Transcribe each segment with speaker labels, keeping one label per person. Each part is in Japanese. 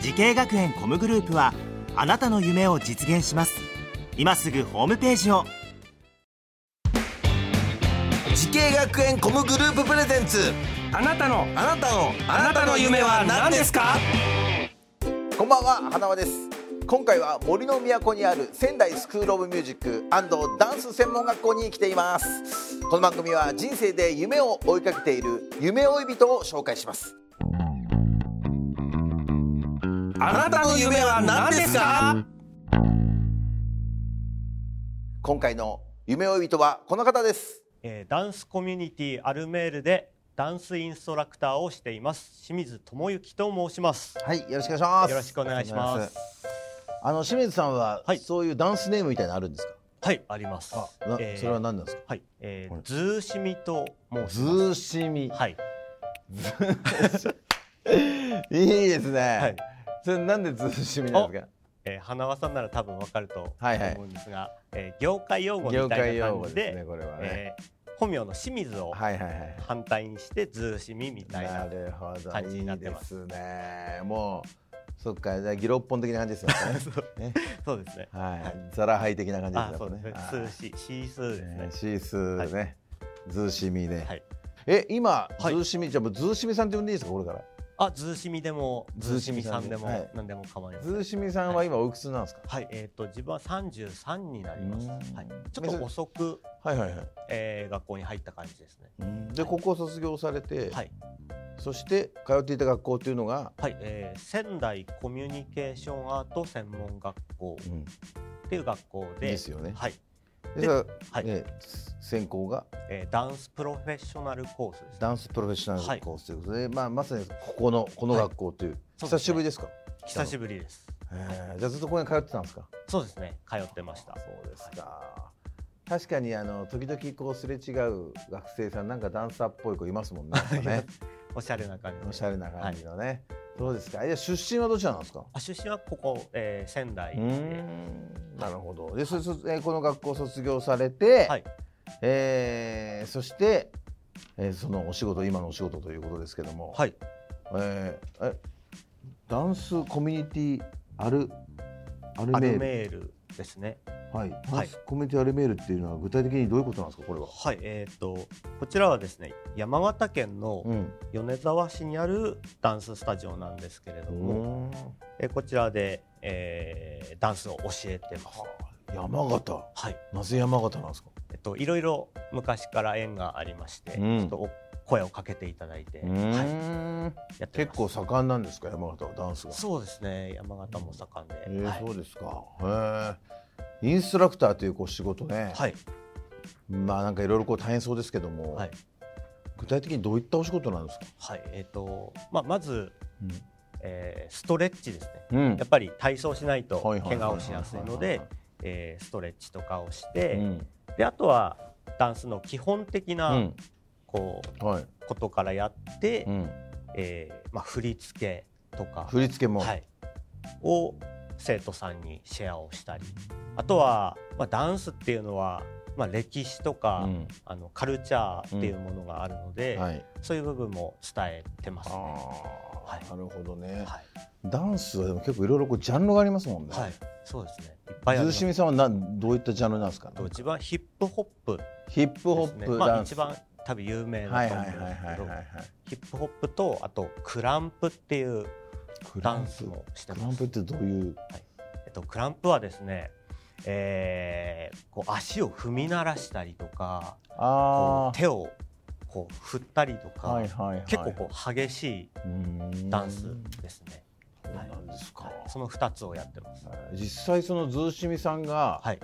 Speaker 1: 時系学園コムグループはあなたの夢を実現します今すぐホームページを
Speaker 2: 時系学園コムグループプレゼンツ
Speaker 3: あなたの
Speaker 2: あなたの
Speaker 3: あなたの夢は何ですか
Speaker 2: こんばんは花輪です今回は森の都にある仙台スクールオブミュージックダンス専門学校に来ていますこの番組は人生で夢を追いかけている夢追い人を紹介します
Speaker 3: あなたの夢は何ですか
Speaker 2: 今回の夢追い人はこの方です
Speaker 4: えーダンスコミュニティアルメールでダンスインストラクターをしています清水智之と申します
Speaker 2: はいよろしくお願いします
Speaker 4: よろしくお願いします
Speaker 2: あの清水さんは、
Speaker 4: はい
Speaker 2: そういうダンスネームみたいなのあるんです
Speaker 4: はいあります
Speaker 2: かな
Speaker 4: えー
Speaker 2: それは何なんですか
Speaker 4: はい、え
Speaker 2: はい
Speaker 4: ー、ズーシミと申し
Speaker 2: ず
Speaker 4: ます
Speaker 2: ーしみ、
Speaker 4: はい、
Speaker 2: い、いですね、
Speaker 4: はい
Speaker 2: それなんでずーしみなんですか
Speaker 4: えー、花輪さんなら多分わかると
Speaker 2: はいはい
Speaker 4: 思うんですが、えー業界用語み
Speaker 2: 業
Speaker 4: たい
Speaker 2: 界
Speaker 4: な
Speaker 2: 用
Speaker 4: 感
Speaker 2: 語
Speaker 4: じ
Speaker 2: で
Speaker 4: で、
Speaker 2: すねこれはね、
Speaker 4: えー本名の清水を
Speaker 2: はいはいはい
Speaker 4: 反対にしてズーシミみたい
Speaker 2: な
Speaker 4: な
Speaker 2: るほど
Speaker 4: 感じになって
Speaker 2: いい
Speaker 4: ま
Speaker 2: ですねもうそっかじゃあギロッポン的な感じですよねね
Speaker 4: そうですね
Speaker 2: はいザラハイ的な感じです
Speaker 4: あそうですねスー
Speaker 2: ね
Speaker 4: シシースーです
Speaker 2: ね
Speaker 4: ね
Speaker 2: シースーねズーシミね
Speaker 4: はい
Speaker 2: え今ズ
Speaker 4: はい
Speaker 2: ーシミじゃあもうズーシミさんって呼んでいいですかこれから
Speaker 4: あズーシミでもズーシミさんでも、
Speaker 2: ズーシミさんではい
Speaker 4: 何でも構いません
Speaker 2: ズーシミさんは今おいくつなんですか
Speaker 4: はい、えっ、と自分は三十三になります。
Speaker 2: う
Speaker 4: は
Speaker 2: ーん
Speaker 4: い、ちょっと遅く、
Speaker 2: はいはいはい
Speaker 4: えー、学校に入った感じですね。
Speaker 2: うんで高校卒業されて
Speaker 4: はい、
Speaker 2: そして通っていた学校っていうのが
Speaker 4: はい、えー、仙台コミュニケーションアート専門学校
Speaker 2: うん
Speaker 4: っていう学校で、
Speaker 2: ですよね
Speaker 4: はい、
Speaker 2: で
Speaker 4: で
Speaker 2: さ
Speaker 4: はい
Speaker 2: え専攻が
Speaker 4: えー、ダンスプロフェッショナルコースです、ね。
Speaker 2: ダンスプロフェッショナルコースということで、まあまさにここのこの学校という、
Speaker 4: そうです
Speaker 2: 久
Speaker 4: ね
Speaker 2: しぶりですか。
Speaker 4: 久しぶりです。
Speaker 2: えーじゃあずっとここに通ってたんですか。
Speaker 4: そうですね、通ってました。
Speaker 2: そうですか。確かにあの時々こうすれ違う学生さんなんかダンサーっぽい子います もんね。なんかね
Speaker 4: おしゃれな感じで。
Speaker 2: おしゃれな感じのね。そうですか。いや出身はどちらなんですか。
Speaker 4: あ、出身はここ、えー、仙台
Speaker 2: う
Speaker 4: で。
Speaker 2: ーんなるほど。で、そそえーこの学校卒業されて、
Speaker 4: はい
Speaker 2: えーそして、えーそのお仕事今のお仕事ということですけども、
Speaker 4: はい、
Speaker 2: えーえダンスコミュニティアルアルメー
Speaker 4: アル
Speaker 2: ル
Speaker 4: メールですね。
Speaker 2: はい、ダ
Speaker 4: は
Speaker 2: ン
Speaker 4: い
Speaker 2: スコミュニティアルメールっていうのは具体的にどういうことなんですかこれは、
Speaker 4: はい、えっ、と、こちらはですね、山形県の、
Speaker 2: うん
Speaker 4: 米沢市にあるダンススタジオなんですけれども、
Speaker 2: うん
Speaker 4: えこちらで、えーダンスを教えてます。
Speaker 2: 山形
Speaker 4: はい、
Speaker 2: なぜ山形なんですか
Speaker 4: えっといろいろ昔から縁がありまして、
Speaker 2: うん
Speaker 4: ちょっとお声をかけていただいて、
Speaker 2: う
Speaker 4: はい、
Speaker 2: ーん
Speaker 4: やって
Speaker 2: 結
Speaker 4: ます
Speaker 2: 構盛んなんですか山形はダンスが
Speaker 4: そうですね、山形も盛んで、
Speaker 2: えー
Speaker 4: はい
Speaker 2: そうですかへえインストラクターというこう仕事ね、
Speaker 4: はい、
Speaker 2: まあなんかいろいろこう大変そうですけども、
Speaker 4: はい、
Speaker 2: 具体的にどういったお仕事なんですか、
Speaker 4: はい、えっ、とまあまず、えーストレッチですね。
Speaker 2: うん
Speaker 4: やっぱり体操しないと
Speaker 2: はいはいはい
Speaker 4: 怪
Speaker 2: はい
Speaker 4: 我をしやすいので、えーストレッチとかをして、
Speaker 2: うん
Speaker 4: であとはダンスの基本的な、
Speaker 2: うん
Speaker 4: こう
Speaker 2: はい
Speaker 4: ことからやって、
Speaker 2: うん、
Speaker 4: えーまあ、振り付けとか、
Speaker 2: 振り付けも、
Speaker 4: はい、を生徒さんにシェアをしたりあとは、まあ、ダンスっていうのは、まあ、歴史とか、
Speaker 2: うん
Speaker 4: あのカルチャーっていうものがあるので、
Speaker 2: はい、
Speaker 4: そういう部分も伝えてますね。
Speaker 2: あ
Speaker 4: はい
Speaker 2: ーなるほどね、
Speaker 4: はい
Speaker 2: ダンスはでも結構いろいろこうジャンルがありますもんね。
Speaker 4: はい、そうですねいっぱいあ
Speaker 2: ズー
Speaker 4: ります
Speaker 2: シミさんはなんどういったジャンルなんですか。
Speaker 4: と一番ヒップホップで
Speaker 2: ヒップホ
Speaker 4: す
Speaker 2: ッ
Speaker 4: ね、
Speaker 2: プ、
Speaker 4: ま
Speaker 2: ダ
Speaker 4: あ、
Speaker 2: ンス。
Speaker 4: 一番多分有名
Speaker 2: は
Speaker 4: だ
Speaker 2: い
Speaker 4: と
Speaker 2: は
Speaker 4: 思
Speaker 2: いは
Speaker 4: う
Speaker 2: い
Speaker 4: んです
Speaker 2: はいは
Speaker 4: け
Speaker 2: い
Speaker 4: ど
Speaker 2: はい。
Speaker 4: ヒップホップとあとクランプっていうダンス
Speaker 2: クラン
Speaker 4: もして
Speaker 2: プ。ク
Speaker 4: ま
Speaker 2: ラン
Speaker 4: す
Speaker 2: プってどういう。
Speaker 4: えっと、クランプはですね、えーこう足を踏み鳴らしたりとかこ
Speaker 2: あ
Speaker 4: う手をこう振ったりと
Speaker 2: あ。
Speaker 4: か、
Speaker 2: はいはいはい。
Speaker 4: 結構こう激しい
Speaker 2: ー
Speaker 4: う
Speaker 2: ん
Speaker 4: ダンスですね、
Speaker 2: そう
Speaker 4: はい
Speaker 2: なんですか
Speaker 4: はい。その2つをやってます、
Speaker 2: 実際そのズーシミさんが、
Speaker 4: はい、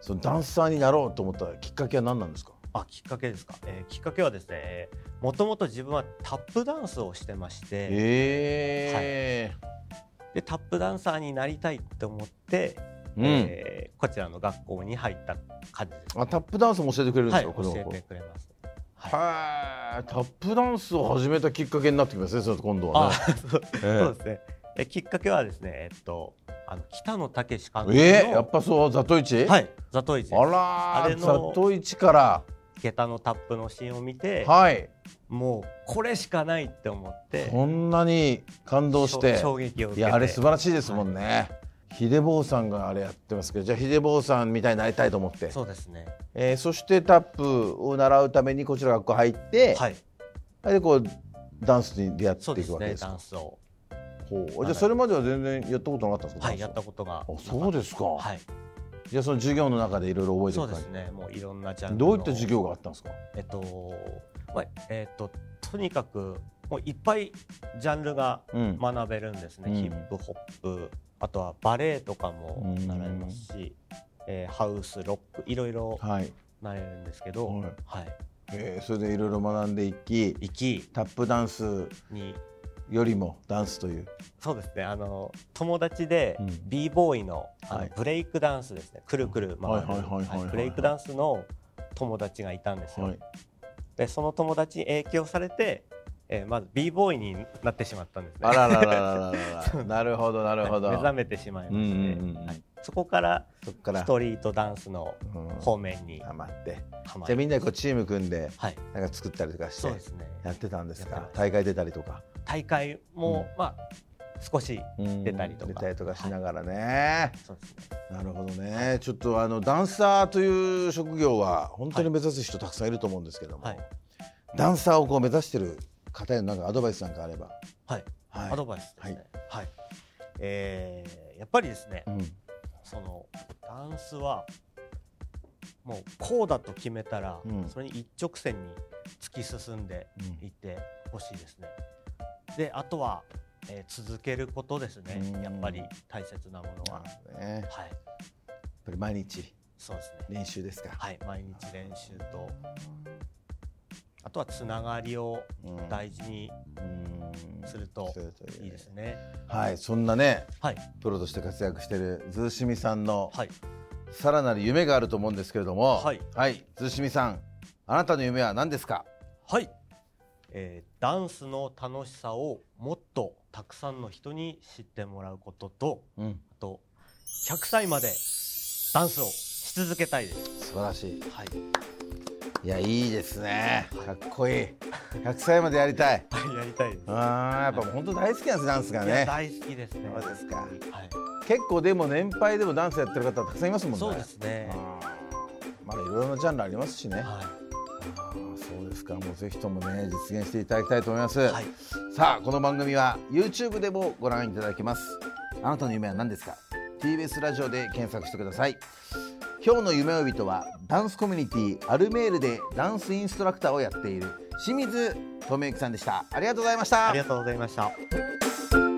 Speaker 2: そのダンサーになろうと思ったきっかけは何なんですか。
Speaker 4: あきっかけですか、えーきっかけはですねもともと自分はタップダンスをしてまして、
Speaker 2: ええ。
Speaker 4: でタップダンサーになりたいって思って、
Speaker 2: うん
Speaker 4: えーこちらの学校に入った感じです、
Speaker 2: あタップダンスも教えてくれるんで
Speaker 4: は
Speaker 2: す
Speaker 4: い
Speaker 2: か、
Speaker 4: 教えてくれます
Speaker 2: はい、タップダンスを始めたきっかけになってきますね、それと今度は
Speaker 4: あ
Speaker 2: ね。
Speaker 4: そう
Speaker 2: え
Speaker 4: そうですねえきっかけはですねえっとあの北野武監督
Speaker 2: え
Speaker 4: の、
Speaker 2: えやっぱそう、ザトイチ。
Speaker 4: はいザトイチです
Speaker 2: あら
Speaker 4: あ
Speaker 2: ー、
Speaker 4: れの
Speaker 2: ザトイチから。
Speaker 4: 下駄のタップのシーンを見て
Speaker 2: はい、
Speaker 4: もうこれしかないって思って
Speaker 2: こんなに感動して。
Speaker 4: 衝衝撃
Speaker 2: い
Speaker 4: を受けて
Speaker 2: や、あれ素晴らしいですもんね。ひでぼうさんがあれやってますけど、じゃあ、ひでぼうさんみたいになりたいと思って。
Speaker 4: そうですね
Speaker 2: えーそしてタップを習うためにこちらの学校入って、
Speaker 4: はい
Speaker 2: でこうダンスに出会っ
Speaker 4: そう
Speaker 2: て
Speaker 4: で
Speaker 2: いく
Speaker 4: す
Speaker 2: わけ
Speaker 4: ね
Speaker 2: です
Speaker 4: ダン
Speaker 2: か。
Speaker 4: スを
Speaker 2: ほうじゃあそれまでは全然やったことなかったんですか。
Speaker 4: はい
Speaker 2: ダ
Speaker 4: や
Speaker 2: ン
Speaker 4: っ
Speaker 2: ス
Speaker 4: たことが
Speaker 2: あそうですか。
Speaker 4: はい
Speaker 2: じゃあその授業の中でいろいろ覚えてい
Speaker 4: そ
Speaker 2: く
Speaker 4: う
Speaker 2: 感
Speaker 4: で
Speaker 2: じ。
Speaker 4: すねもういろんなジャンルの
Speaker 2: どういった授業があったんですか。
Speaker 4: えっとまあえっととにかくもういっぱいジャンルが
Speaker 2: うん
Speaker 4: 学べるんですね、
Speaker 2: うん
Speaker 4: ヒップホップあとはバレエとかも
Speaker 2: うん
Speaker 4: 習えますし、えーハウスロックいろいろ
Speaker 2: はい。
Speaker 4: 習えるんですけど、
Speaker 2: はい
Speaker 4: はい、
Speaker 2: えーそれでいろいろ学んでいき、
Speaker 4: 息
Speaker 2: タップダンス
Speaker 4: に
Speaker 2: よりもダンスという。
Speaker 4: そうですねあの友達で
Speaker 2: うん
Speaker 4: b ボーイのあ
Speaker 2: は
Speaker 4: の
Speaker 2: い
Speaker 4: ブレイクダンスですねくるくる回
Speaker 2: はい
Speaker 4: る
Speaker 2: はいはいはいはい
Speaker 4: はいブレイクダンスの友達がいたんですよ、
Speaker 2: はい。
Speaker 4: でその友達に影響されて、えーまず b ボーイになってしまったんですね
Speaker 2: あららららららら。なるほどなるほど。
Speaker 4: 目覚めてしまい
Speaker 2: うん
Speaker 4: まし
Speaker 2: う
Speaker 4: て、
Speaker 2: んうん。
Speaker 4: はいそこから
Speaker 2: そっから
Speaker 4: ス。トリートダンスの
Speaker 2: うん
Speaker 4: 方面に
Speaker 2: あ待って。
Speaker 4: ハマ
Speaker 2: じゃあ
Speaker 4: る、
Speaker 2: みんなでこうチーム組んで
Speaker 4: はい、
Speaker 2: なんか作ったりとかして
Speaker 4: そうですね
Speaker 2: やってたんです
Speaker 4: やっ
Speaker 2: か
Speaker 4: てま。した
Speaker 2: 大会出たりとか。
Speaker 4: 大会も、まあ少し
Speaker 2: うん
Speaker 4: 出たりとか
Speaker 2: 出たりとかしながらね。
Speaker 4: そうですね
Speaker 2: なるほどね。ちょっとあのダンサーという職業は本当に目指す人たくさんいると思うんですけども、
Speaker 4: はい
Speaker 2: ダンサーをこう目指してる方へのなんかアドバイスなんかあれば。
Speaker 4: はい
Speaker 2: はい
Speaker 4: アドバイスですねはい、えーやっぱりですね、
Speaker 2: うん
Speaker 4: そのダンスはもうこうだと決めたら、
Speaker 2: うん
Speaker 4: それに一直線に突き進んでいってほしいですね。であとは、えー続けることですね
Speaker 2: うん
Speaker 4: やっぱり大切なものは。
Speaker 2: うんね、やっ
Speaker 4: はい
Speaker 2: ぱり毎日
Speaker 4: そうですね
Speaker 2: 練習ですか。
Speaker 4: はい、毎日練習とあとはつながりを
Speaker 2: うん
Speaker 4: 大事に
Speaker 2: うん
Speaker 4: すると
Speaker 2: するというね
Speaker 4: いいですね。
Speaker 2: はい、そんなね、
Speaker 4: はい、
Speaker 2: プロとして活躍してるズーシミさんの
Speaker 4: はい、
Speaker 2: さらなる夢があると思うんですけれども、
Speaker 4: はい
Speaker 2: ズーシミさん、あなたの夢は何ですか。
Speaker 4: はい、えーダンスの楽しさをもっとたくさんの人に知ってもらうことと
Speaker 2: うん、
Speaker 4: あと100歳までダンスをし続けたいです。
Speaker 2: 素晴らしい。
Speaker 4: はい、
Speaker 2: いや、いいですね。かっこいい。100歳までやり たい。
Speaker 4: やりたいです。
Speaker 2: ああ、やっぱ本当大好きなんです、ダンスが
Speaker 4: いや
Speaker 2: ね。
Speaker 4: 大好きですね。
Speaker 2: そうですか。
Speaker 4: はい、
Speaker 2: 結構でも年配でもダンスやってる方たくさんいますもんね。
Speaker 4: そうですね。
Speaker 2: うん。まだいろいろなジャンルありますしね。あ
Speaker 4: は
Speaker 2: ーそうですか。もうぜひともね、実現していただきたいと思います。
Speaker 4: い、はい、
Speaker 2: さあ、この番組は YouTube でもご覧いただけます。あなたの夢は何ですか ?TBS ラジオで検索してください。今日の夢追い人はダンスコミュニティアルメールでダンスインストラクターをやっている清水智之さんでした。ありがとうございました
Speaker 4: あり。がとうございました。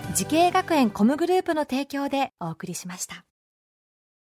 Speaker 5: 時系学園コムグループの提供でお送りしました